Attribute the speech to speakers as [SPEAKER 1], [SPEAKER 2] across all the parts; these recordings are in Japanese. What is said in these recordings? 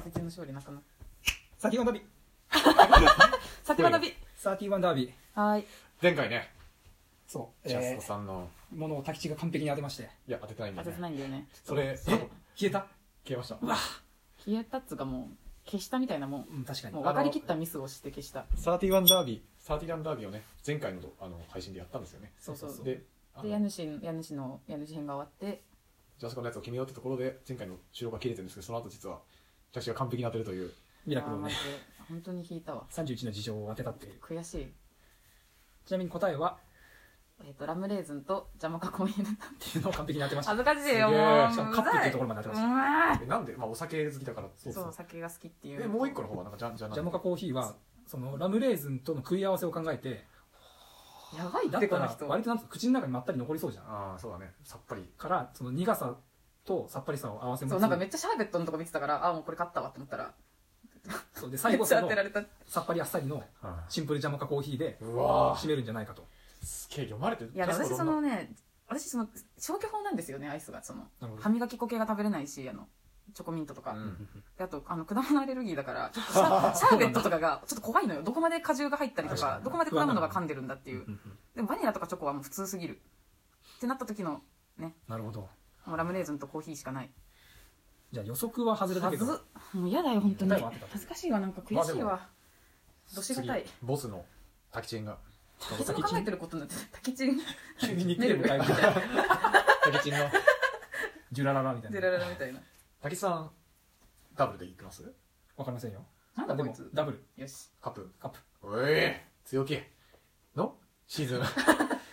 [SPEAKER 1] 勝利仲間
[SPEAKER 2] サティワンダービー
[SPEAKER 1] 先学び
[SPEAKER 2] サーティワンダービー
[SPEAKER 1] はい
[SPEAKER 3] 前回ね
[SPEAKER 2] そう、
[SPEAKER 3] ジャス
[SPEAKER 2] え
[SPEAKER 3] コさんの
[SPEAKER 2] ー、ものを滝地が完璧に当てまして
[SPEAKER 3] いや当ててないんだ
[SPEAKER 1] 当
[SPEAKER 3] ね
[SPEAKER 1] ててないんだよね
[SPEAKER 3] それ
[SPEAKER 2] え
[SPEAKER 3] 消
[SPEAKER 2] 消えた
[SPEAKER 3] えました
[SPEAKER 1] 消えたっつうかもう消したみたいなもん
[SPEAKER 2] うん確かに
[SPEAKER 1] もう分かりきったミスをして消した
[SPEAKER 3] サーティワンダービーサーティワンダービーをね前回のあの配信でやったんですよね
[SPEAKER 1] そうそう
[SPEAKER 3] であ
[SPEAKER 1] で
[SPEAKER 3] の
[SPEAKER 1] 家主家主の家主編が終わって
[SPEAKER 3] ジャスコのやつを決めようってところで前回の収録が切れてるんですけどその後実は私が完璧に当てるという
[SPEAKER 2] ミラクル
[SPEAKER 1] あ
[SPEAKER 2] を
[SPEAKER 1] ーマ
[SPEAKER 2] ね
[SPEAKER 1] ジで本当に引いたわ
[SPEAKER 2] 31の事情を当てたっていう
[SPEAKER 1] 悔しい
[SPEAKER 2] ちなみに答えは
[SPEAKER 1] えっ、とラムレーズンとジャマカコミだった
[SPEAKER 2] っていうのを完璧に当てました
[SPEAKER 1] 恥ずかしいよ
[SPEAKER 3] すげえ
[SPEAKER 1] もう
[SPEAKER 2] しかもカップっていうところまで当てまし
[SPEAKER 1] ま
[SPEAKER 3] えなんで、まあ、お酒好きだから
[SPEAKER 1] いそう酒が好きっていう
[SPEAKER 3] でもう一個の方はなんかじゃんじゃん
[SPEAKER 2] ジャモカコーヒーはそのラムレーズンとの食い合わせを考えて
[SPEAKER 1] やばい
[SPEAKER 2] だ
[SPEAKER 1] っ
[SPEAKER 2] ってた
[SPEAKER 1] この
[SPEAKER 2] ら
[SPEAKER 1] 人
[SPEAKER 2] 割となんか口の中にまったり残りそうじゃん
[SPEAKER 3] ああそうだねさっぱり
[SPEAKER 2] からその苦さとさっぱりさを合わせ持
[SPEAKER 1] そう
[SPEAKER 2] つ
[SPEAKER 1] なんかめっちゃシャーベットのとこ見てたからあもうこれ勝ったわって思ったら
[SPEAKER 2] そうで
[SPEAKER 1] め
[SPEAKER 2] 最
[SPEAKER 1] っ
[SPEAKER 2] 後
[SPEAKER 1] ち
[SPEAKER 2] そ
[SPEAKER 1] ゃ当
[SPEAKER 2] の
[SPEAKER 1] てられた
[SPEAKER 2] さっぱりあっさりのシンプルジャモカコーヒーで
[SPEAKER 3] うわ
[SPEAKER 2] 締めるんじゃないかと
[SPEAKER 3] ーすげえ読まれてる
[SPEAKER 1] いやで
[SPEAKER 3] ジャ
[SPEAKER 1] 私
[SPEAKER 3] スコ
[SPEAKER 1] そ
[SPEAKER 3] どんな
[SPEAKER 1] のね私その消去法なんですよねアイスがその
[SPEAKER 2] なるほ
[SPEAKER 1] 歯磨き粉系が食べれないしあのチョコミントとか、
[SPEAKER 3] うん
[SPEAKER 1] であとあの果物アレルギーだからちょっと シャシャーベットとかがちょっと怖いのよどこまで果汁が入ったりと
[SPEAKER 2] 確
[SPEAKER 1] か
[SPEAKER 2] かに
[SPEAKER 1] どこまで果物が噛んでるんだっていう
[SPEAKER 2] ど
[SPEAKER 1] でもバニラとかチョコはもう普通すぎるってなった時の
[SPEAKER 2] なるほど
[SPEAKER 1] もうラムレーズンとコーヒーしかない
[SPEAKER 2] じゃあ予測は外れた
[SPEAKER 1] は
[SPEAKER 2] け
[SPEAKER 1] ず
[SPEAKER 2] ど
[SPEAKER 1] もう嫌だよ本当に
[SPEAKER 2] 答えは合ってた
[SPEAKER 1] 恥ずかしいわなんか悔しい
[SPEAKER 3] ま
[SPEAKER 1] わどしがたい
[SPEAKER 3] 次ボスの滝チンが
[SPEAKER 1] い つも考えてることになってた滝チン
[SPEAKER 2] 急に肉
[SPEAKER 1] メルブ
[SPEAKER 2] で 迎えるみたいな
[SPEAKER 3] 滝チンの
[SPEAKER 2] ジュラララみたい
[SPEAKER 1] デ
[SPEAKER 2] な
[SPEAKER 1] ラララみたいな
[SPEAKER 3] 滝さんダブルでいきます
[SPEAKER 2] わかりませんよ
[SPEAKER 1] なんだ
[SPEAKER 2] で
[SPEAKER 1] こい
[SPEAKER 2] も
[SPEAKER 1] つ
[SPEAKER 2] ダブル
[SPEAKER 1] よし
[SPEAKER 3] カップ
[SPEAKER 2] カップ
[SPEAKER 3] おい強気のシーズン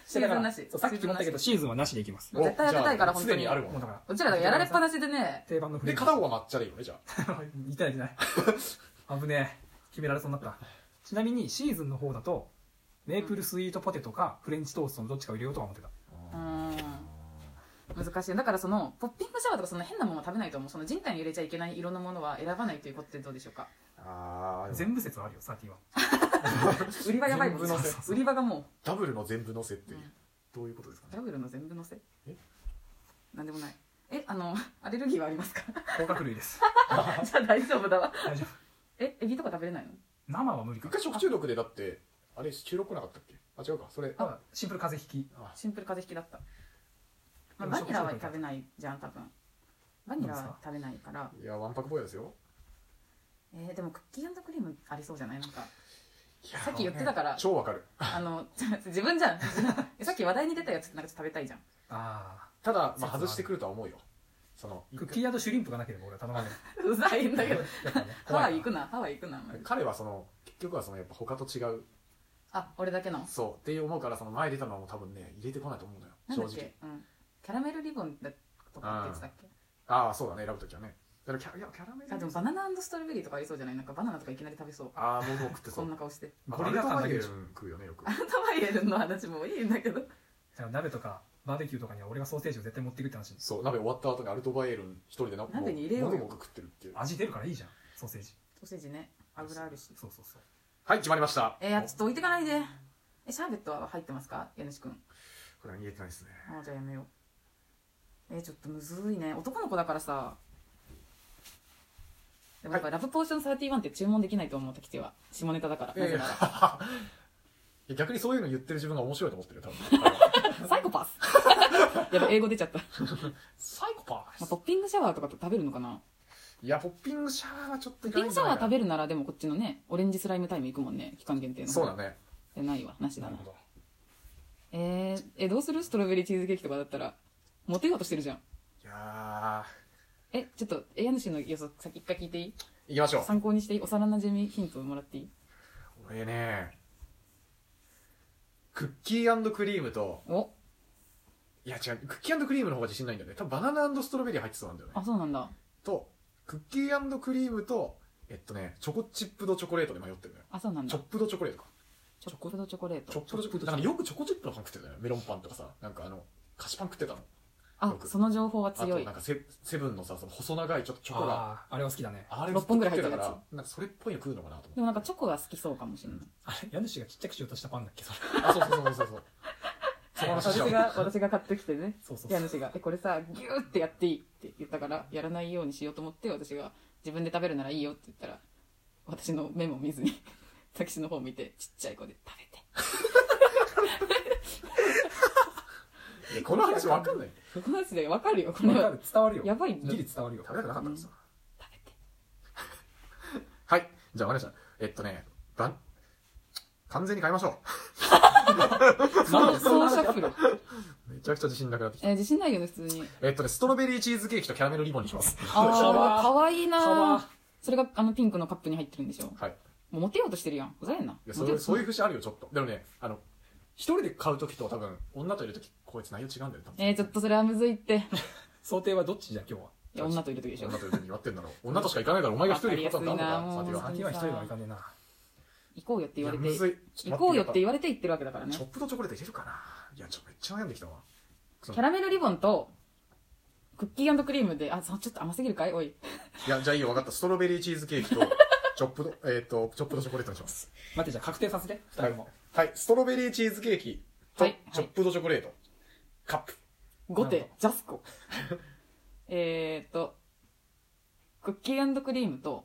[SPEAKER 1] シーズンなし
[SPEAKER 2] そうさっき決まったけどシーズンはなしでいきま す
[SPEAKER 1] 絶対当てたいから
[SPEAKER 3] お
[SPEAKER 1] 本
[SPEAKER 3] じ
[SPEAKER 1] 当
[SPEAKER 3] ゃあ常
[SPEAKER 1] に
[SPEAKER 3] にある
[SPEAKER 2] も
[SPEAKER 3] も
[SPEAKER 2] うんだから
[SPEAKER 1] うちらがやられっぱなしでね
[SPEAKER 2] 定番のフレ
[SPEAKER 3] で
[SPEAKER 2] ーズ
[SPEAKER 3] 片方は抹茶でいいよねじゃあ
[SPEAKER 2] いただきない 危ねえ決められそうになったちなみにシーズンの方だとメープルスイートポテトかフレンチトーストのどっちかを入れようとは思ってた
[SPEAKER 1] うーん難しいだからそのポッピングシャワーとかその変なものは食べないと思うその人体に入れちゃいけない色のものは選ばないということってどうでしょうか
[SPEAKER 3] あーでも
[SPEAKER 2] 全部説はあるよ30は
[SPEAKER 1] 売り場やばいもん
[SPEAKER 3] 全部乗せ
[SPEAKER 1] 売り場がも
[SPEAKER 3] ダブルの全部乗せっていう
[SPEAKER 1] うん
[SPEAKER 3] どういうことですか
[SPEAKER 1] うダ
[SPEAKER 3] ね
[SPEAKER 1] ブルの全部乗せ
[SPEAKER 3] え
[SPEAKER 1] なんでもないえあの アレルギーはありますか
[SPEAKER 2] 甲殻類です
[SPEAKER 1] じゃあ大丈夫だわ
[SPEAKER 2] 大丈夫
[SPEAKER 1] えエビとか食べれないの
[SPEAKER 2] 生は無理か
[SPEAKER 3] 一回食中毒でだってあれ収録来なかったっけあ違うかそれ
[SPEAKER 2] あシンプル風邪引き
[SPEAKER 3] あ
[SPEAKER 1] シンプル風邪ひきだった、まあ、
[SPEAKER 2] でも
[SPEAKER 1] バニラは
[SPEAKER 2] 食中毒だ
[SPEAKER 1] 食べないじゃん多分バニラは食べないから
[SPEAKER 3] いやわんぱく坊やですよ
[SPEAKER 1] えーでもクッキークリームありそうじゃないなんか
[SPEAKER 3] さ
[SPEAKER 1] さっき言ってたから
[SPEAKER 3] 超わかる
[SPEAKER 1] あの 自分じゃんさっき話題に出たやつなんかちょっと食べたいじゃん
[SPEAKER 2] あ
[SPEAKER 3] ただ、まあ、外してくるとは思うよその
[SPEAKER 2] あクッキーシュリンプがなければ俺は頼まないう
[SPEAKER 1] ざいんだけど
[SPEAKER 2] やっぱね
[SPEAKER 1] ハワ
[SPEAKER 2] 怖
[SPEAKER 1] イ
[SPEAKER 2] い
[SPEAKER 1] 行くなハワイ行くな
[SPEAKER 3] 彼はその結局はそのやっぱ他と違う
[SPEAKER 1] あ俺だけの
[SPEAKER 3] そうって思うからその前出たのはもう多分ね入れてこないと思うんだよ
[SPEAKER 1] なんだっ
[SPEAKER 3] 正直
[SPEAKER 1] け、うん、キャラメルリボンだとかって言ってたっけ
[SPEAKER 3] ああそうだね選ぶときはねだからキャいやキャラメル
[SPEAKER 1] あでもバナナストロベリーとかありそうじゃないなんかバナナとかいきなり食べそう
[SPEAKER 3] ああもうもう食ってそ
[SPEAKER 1] こん
[SPEAKER 3] う
[SPEAKER 1] な顔して
[SPEAKER 3] ゴ
[SPEAKER 2] ゴ
[SPEAKER 3] リ
[SPEAKER 2] リ
[SPEAKER 3] ラ
[SPEAKER 2] ラ
[SPEAKER 3] 感
[SPEAKER 2] 感
[SPEAKER 3] が
[SPEAKER 2] が
[SPEAKER 3] 出
[SPEAKER 2] 出
[SPEAKER 3] る
[SPEAKER 2] る
[SPEAKER 3] 食うよねよく
[SPEAKER 1] ハワイエルンの話もいいんだけ ど
[SPEAKER 2] だから鍋とかバーベキューとかには俺がソーセージを絶対持っていくって話です
[SPEAKER 3] そう鍋終わった後にアルトバイエルン一人でな
[SPEAKER 1] 鍋に入れようよ
[SPEAKER 3] ももく食ってるっていう
[SPEAKER 2] 味出るからいいじゃんソーセージ
[SPEAKER 1] ソーセージね油あるし
[SPEAKER 2] そうそうそう
[SPEAKER 3] はい決まりました
[SPEAKER 1] えー、ちょっと置いてかないでえシャーベットは入ってますか家主くん
[SPEAKER 3] これは入れてないですね
[SPEAKER 1] あーじゃあやめようえー、ちょっとむずいね男の子だからさでもやっぱラブポーション31って注文できないと思う滝地は下ネタだから
[SPEAKER 3] い
[SPEAKER 1] な
[SPEAKER 3] やい
[SPEAKER 1] ぜ
[SPEAKER 3] や
[SPEAKER 1] なら
[SPEAKER 3] いや逆にそういうの言ってる自分が面白いと思ってるよ多 分
[SPEAKER 1] サイコパスやばい英語出ちゃった、ま
[SPEAKER 3] サイコパ
[SPEAKER 1] あ、
[SPEAKER 3] ス
[SPEAKER 1] ポッピングシャワーとかって食べるのかない
[SPEAKER 3] やポッピングシャワーはちょっと
[SPEAKER 1] ポ
[SPEAKER 3] い
[SPEAKER 1] ッピ
[SPEAKER 3] か
[SPEAKER 1] ン
[SPEAKER 3] ない
[SPEAKER 1] グ
[SPEAKER 3] ん
[SPEAKER 1] シ
[SPEAKER 3] じ
[SPEAKER 1] ャ
[SPEAKER 3] ゃな
[SPEAKER 1] ワー
[SPEAKER 3] い
[SPEAKER 1] 食
[SPEAKER 3] かな
[SPEAKER 1] べるならでもこっちのねオレンジスライムタイム行くもんね期間限定の
[SPEAKER 3] そうだね
[SPEAKER 1] でないわなしだ
[SPEAKER 2] な
[SPEAKER 1] な
[SPEAKER 2] るほど
[SPEAKER 1] えー、えどうするストロベリーチーズケーキとかだったらモテようとしてるじゃん
[SPEAKER 3] いや
[SPEAKER 1] えちょっとえ家主の予想先一回聞いていい
[SPEAKER 3] ー行きましょう
[SPEAKER 1] 参考にしていい幼なじみヒントもらっていい
[SPEAKER 3] 俺ねクッキークリームと
[SPEAKER 1] お
[SPEAKER 3] いや違うクッキークリームの方が自信ないんだよね多分バナナストロベリー入ってそうなんだよね
[SPEAKER 1] あそうなんだ
[SPEAKER 3] とクッキークリームとえっとねチョコチップドチョコレートで迷ってるのよ
[SPEAKER 1] あそうなん
[SPEAKER 3] チョ
[SPEAKER 1] だ
[SPEAKER 3] ップドチョコレートか
[SPEAKER 1] チョコプドチョコレー
[SPEAKER 3] チョ
[SPEAKER 1] ト
[SPEAKER 3] ップドチョコレートなんかよくチョコチップのパン食ってたよねメロンパンとかさなんかあの菓子パン食ってたの
[SPEAKER 1] あその情報は
[SPEAKER 3] あと
[SPEAKER 1] 強い
[SPEAKER 3] なんかセセブンのさその細長いちょっとチョコが
[SPEAKER 2] あああれは好きだね
[SPEAKER 3] あれ
[SPEAKER 1] 六本ぐらい入って
[SPEAKER 3] た
[SPEAKER 1] る
[SPEAKER 3] か
[SPEAKER 1] やつ
[SPEAKER 3] らなんかそれっぽいの食うのかなと
[SPEAKER 1] でも
[SPEAKER 3] 思
[SPEAKER 1] なんかチョコが好きそうかもしれない
[SPEAKER 2] あれ家主がちっちゃくしようとしたパンだっけそれ
[SPEAKER 3] ってあそうそうそうそう そうその話し
[SPEAKER 1] 私
[SPEAKER 3] ちゃう
[SPEAKER 1] が私が買ってきてね
[SPEAKER 2] そうそう
[SPEAKER 1] 家
[SPEAKER 2] そう
[SPEAKER 1] 主が「えこれさギューってやっていい」って言ったからやらないようにしようと思って私が自分で食べるならいいよって言ったら私の目も見ずに タキシの方を見てちっちゃい子で食べて
[SPEAKER 3] いやこの話わかんない。
[SPEAKER 1] この話でわかるよこれ
[SPEAKER 2] わか
[SPEAKER 1] は
[SPEAKER 2] る伝わるよ
[SPEAKER 1] やばいんだ
[SPEAKER 2] ギリ伝わるよ
[SPEAKER 3] 食べたくなかったんですよ。
[SPEAKER 1] 食べて
[SPEAKER 3] はい。じゃあわかりました。えっとね、ばん、完全に変えましょ
[SPEAKER 1] そうそうシャッフル、
[SPEAKER 3] う。めちゃくちゃ自信なくなってきた。
[SPEAKER 1] えー自信ないよね普通に
[SPEAKER 3] えっとね、ストロベリーチーズケーキとキャラメルリボンにします。
[SPEAKER 1] ああかわいい
[SPEAKER 2] かわいい
[SPEAKER 1] なそれがあのピンクのカップに入ってるんでしょ
[SPEAKER 3] はい。い
[SPEAKER 1] もうモテようとしてるやんふざけんな
[SPEAKER 3] や、
[SPEAKER 1] モ
[SPEAKER 3] そ
[SPEAKER 1] テよ
[SPEAKER 3] う
[SPEAKER 1] う
[SPEAKER 3] そういうう節あるよ、ちょっと。でもね、あの、一人で買うときと多分、女といるとき、こいつ内容違うんだよ、多分。
[SPEAKER 1] えー、ちょっとそれはむずいってい
[SPEAKER 2] 想定はどっちじゃ今日は
[SPEAKER 1] や女といる時でしょ
[SPEAKER 3] 女といるときにやってんだろう。女としか行かないだろ、お前が一人で行くことになるのか、
[SPEAKER 1] わか
[SPEAKER 3] さ
[SPEAKER 1] り
[SPEAKER 3] て
[SPEAKER 1] やすいなもう
[SPEAKER 3] は。
[SPEAKER 2] 先は一人はいかねえな
[SPEAKER 1] 行こうよって言われて
[SPEAKER 3] いやむずいちょっと待って
[SPEAKER 1] 行こうよって言われて行ってるわけだからね
[SPEAKER 3] チョップとチョコレート入れるかないや、ちょ、めっちゃ悩んできたわ。
[SPEAKER 1] キャラメルリボンとクッキークリームであそちょっと甘すぎるかいおい
[SPEAKER 3] いや、じゃあいいよ、分かった。ストロベリーチーズケー キと、チョップと、えっ、と、チョップとチョコレートにします。
[SPEAKER 2] 待ってじゃあ確定させて二人も
[SPEAKER 3] はい、ストロベリーチーズケーキと、
[SPEAKER 1] はい
[SPEAKER 3] チョップとチョコレート、カップ。
[SPEAKER 1] 5
[SPEAKER 2] なる
[SPEAKER 1] 手ジャスコえーっとクッキークリームと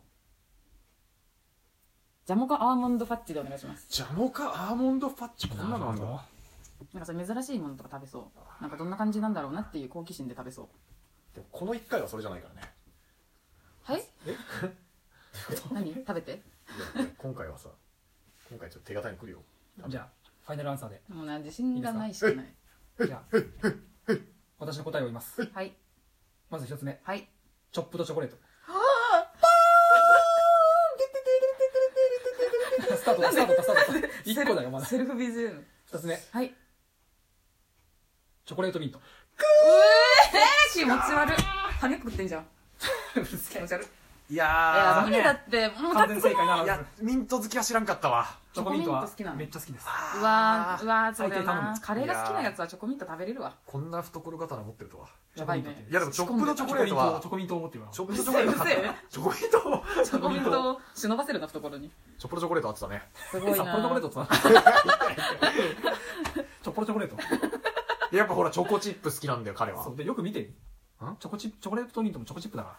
[SPEAKER 1] ジャモカアーモンドファッチでお願いします
[SPEAKER 3] ジャモカアーモンドパッチ、こんなのあんだ。
[SPEAKER 1] なんかそれ珍しいものとか食べそうなんかどんな感じなんだろうなっていう好奇心で食べそう
[SPEAKER 3] でもこの1回はそれじゃないからね。
[SPEAKER 1] はい何食べて
[SPEAKER 3] いやいや今回はさ、今回ちょっと手堅いに来るよ。
[SPEAKER 2] じゃあファイナルアンサーで
[SPEAKER 1] もうな自信がないしかない
[SPEAKER 2] じゃあ私の答えを言います
[SPEAKER 1] はい
[SPEAKER 2] まず一つ目
[SPEAKER 1] はい
[SPEAKER 2] チョップとチョコレート スタートだスタートだスタートだ一個だよまだ
[SPEAKER 1] セルフ BGM
[SPEAKER 2] 二つ目
[SPEAKER 1] はいえ
[SPEAKER 2] チョコレートミント
[SPEAKER 1] ー、気持ち悪い羽食ってんじゃん気持ち悪い
[SPEAKER 3] い
[SPEAKER 1] いや
[SPEAKER 3] や
[SPEAKER 1] 無理だってもうた
[SPEAKER 2] 完
[SPEAKER 1] く
[SPEAKER 2] 全
[SPEAKER 1] さん
[SPEAKER 2] 正解な
[SPEAKER 3] ー、いや、ミント好きは知らんかったわ。
[SPEAKER 2] チョコミントは
[SPEAKER 1] チョコミント好きなの
[SPEAKER 2] めっちゃ好きです
[SPEAKER 1] うわーうわーそうだよ
[SPEAKER 2] 最低頼
[SPEAKER 1] な
[SPEAKER 2] む
[SPEAKER 1] カレーが好きなやつはチョコミント食べれるわ
[SPEAKER 3] こんな懐刀持ってるとは。
[SPEAKER 1] やばいね
[SPEAKER 3] いや、でもチョップとチョコレートは
[SPEAKER 2] チョ、コミントを持ってるわ
[SPEAKER 3] チョップとチョコレート買っ
[SPEAKER 1] うるせえうる
[SPEAKER 3] た。チョコミントを
[SPEAKER 1] チョコミントを忍ばせるな懐に
[SPEAKER 3] チョップとチョコレートあってたね。
[SPEAKER 1] すごい
[SPEAKER 2] 札幌チョコレー
[SPEAKER 1] な
[SPEAKER 2] トつなチョッポロチョコレート
[SPEAKER 3] やっぱほら、チョコチップ好きなんだよ、彼は。
[SPEAKER 2] そうでよく見てみチョコチップチョコレートミントもチョコチップだか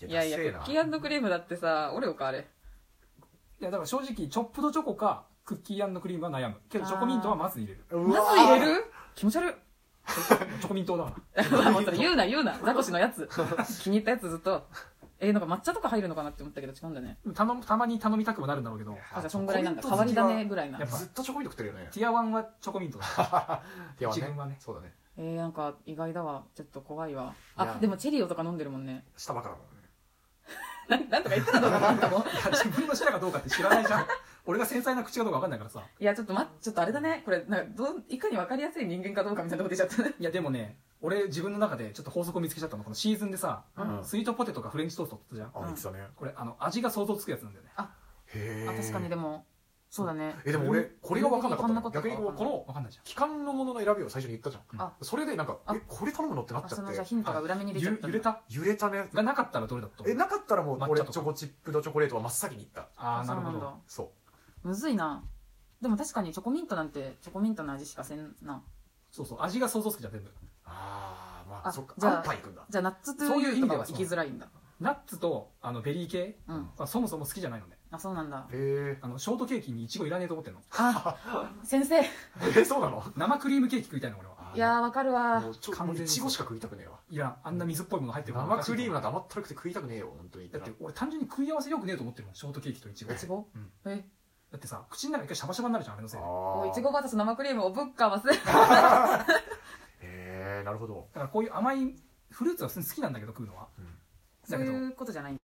[SPEAKER 2] ら
[SPEAKER 1] いやいやクッキークリームだってさオレオかあれ
[SPEAKER 2] いやだから正直チョップとチョコかクッキークリームは悩むけどチョコミントはまず入れる
[SPEAKER 3] う
[SPEAKER 1] ま
[SPEAKER 3] わ
[SPEAKER 1] ず
[SPEAKER 3] ー
[SPEAKER 1] 入れる気持ち悪い
[SPEAKER 2] チョコミントだか
[SPEAKER 1] まあそれ言うな言うなザコシのやつ気に入ったやつずっとえー、なんか抹茶とか入るのかなって思ったけど違うんだね
[SPEAKER 2] ら頼むたまに頼みたくもなるんだろうけど
[SPEAKER 1] あじゃあそんぐらいなんだ変わり種ぐらいな
[SPEAKER 2] やっぱ
[SPEAKER 3] ずっとチョコミント食ってるよね。
[SPEAKER 2] ティアワンはチョコミントだ
[SPEAKER 3] いや
[SPEAKER 2] 自分はね
[SPEAKER 3] そうだね。
[SPEAKER 1] えー、なんか意外だわちょっと怖いわ
[SPEAKER 3] いや
[SPEAKER 1] あでもチェリオとか飲んでるもんね
[SPEAKER 3] 下ばっかだもんね。
[SPEAKER 1] なんなんとか言ってただろうなあんたも
[SPEAKER 2] いや自分の舌がどうかって知らないじゃん俺が繊細な口がどうか分かんないからさ
[SPEAKER 1] いやちょっとまちょっとあれだねこれなんかどういかに分かりやすい人間かどうかみたいなこと出ちゃったね
[SPEAKER 2] いやでもね俺自分の中でちょっと法則を見つけちゃったのこのシーズンでさ、
[SPEAKER 3] うん
[SPEAKER 2] スイートポテトかフレンチトーストって言ったじゃん
[SPEAKER 3] あ、言ってたね。
[SPEAKER 2] これあの味が想像つくやつなんだよね
[SPEAKER 3] へ
[SPEAKER 1] あ
[SPEAKER 3] え。
[SPEAKER 1] 確かにでもそうだね
[SPEAKER 3] え、でも俺、これが分かんなか
[SPEAKER 1] こん
[SPEAKER 3] っ
[SPEAKER 1] な
[SPEAKER 3] た
[SPEAKER 1] こと
[SPEAKER 3] の。
[SPEAKER 1] か
[SPEAKER 3] 逆にこうこの、
[SPEAKER 2] 分かんないじゃん
[SPEAKER 3] 期間のものの選びを最初に言ったじゃん
[SPEAKER 1] あ。
[SPEAKER 3] それでなんか、
[SPEAKER 1] あ
[SPEAKER 3] え、これ頼むのってなっ
[SPEAKER 1] あ
[SPEAKER 3] ちゃ
[SPEAKER 1] そ
[SPEAKER 3] っ
[SPEAKER 1] の
[SPEAKER 3] て
[SPEAKER 1] じゃあ。ヒントが裏目に出ちゃ
[SPEAKER 2] ゆ
[SPEAKER 1] った
[SPEAKER 2] 揺れた
[SPEAKER 3] 揺れたね。
[SPEAKER 2] がなかったらどれだと
[SPEAKER 3] え、なかったらもう、
[SPEAKER 2] 抹
[SPEAKER 3] 俺、
[SPEAKER 2] 茶と
[SPEAKER 3] チ
[SPEAKER 2] か
[SPEAKER 3] ョコチップとチョコレートは真っ先に行った。
[SPEAKER 2] ああなるほ
[SPEAKER 1] そう
[SPEAKER 2] ど
[SPEAKER 1] んだ
[SPEAKER 3] そ
[SPEAKER 1] むずいなでも確かにチョコミントなんてチョコミントの味しかせんな
[SPEAKER 2] そうそう味が想像つくじゃん全部
[SPEAKER 3] う。ああ、まあ、
[SPEAKER 1] あ
[SPEAKER 3] そっか。
[SPEAKER 1] じゃあ
[SPEAKER 3] 安パイ行くんだ。
[SPEAKER 1] じゃあナッツトゥ
[SPEAKER 2] そうい
[SPEAKER 1] ー
[SPEAKER 2] う
[SPEAKER 1] ユーと
[SPEAKER 2] 意味
[SPEAKER 1] か
[SPEAKER 2] で
[SPEAKER 1] は
[SPEAKER 2] は
[SPEAKER 1] 行きづらいんだ
[SPEAKER 2] ナッツとあのベリー系
[SPEAKER 1] うん
[SPEAKER 2] はそもそも好きじゃないのね
[SPEAKER 1] あそうなんだ
[SPEAKER 3] へ
[SPEAKER 2] あのショートケーキにイチゴいらねえと思ってんの
[SPEAKER 1] あ先生い
[SPEAKER 3] え。え、そうなの
[SPEAKER 2] 生クリームケーキ食いたいの俺は
[SPEAKER 1] やーわかるわ
[SPEAKER 3] もうちょ
[SPEAKER 2] 完
[SPEAKER 3] も
[SPEAKER 2] 全
[SPEAKER 3] う
[SPEAKER 2] に
[SPEAKER 3] いちごしか食いたくねえわ
[SPEAKER 2] いやあんな水っぽいもの入ってる
[SPEAKER 3] 生クリームなん
[SPEAKER 2] だ
[SPEAKER 3] て甘ったるくて食いたくねえよ本当に
[SPEAKER 2] だって俺単純に食い合わせよくねえと思ってるもんショートケーキとイチゴ
[SPEAKER 1] いちご、
[SPEAKER 2] うん
[SPEAKER 1] え
[SPEAKER 2] だってさ口の中一回シャバシャバになるじゃんあれのせいでだ
[SPEAKER 1] もういちご
[SPEAKER 3] へ
[SPEAKER 1] バターと生クリームをぶっかわせ
[SPEAKER 3] えなるほど
[SPEAKER 2] からこういう甘いフルーツは普通に好きなんだけど食うのは、
[SPEAKER 3] うん
[SPEAKER 1] そういうことじゃない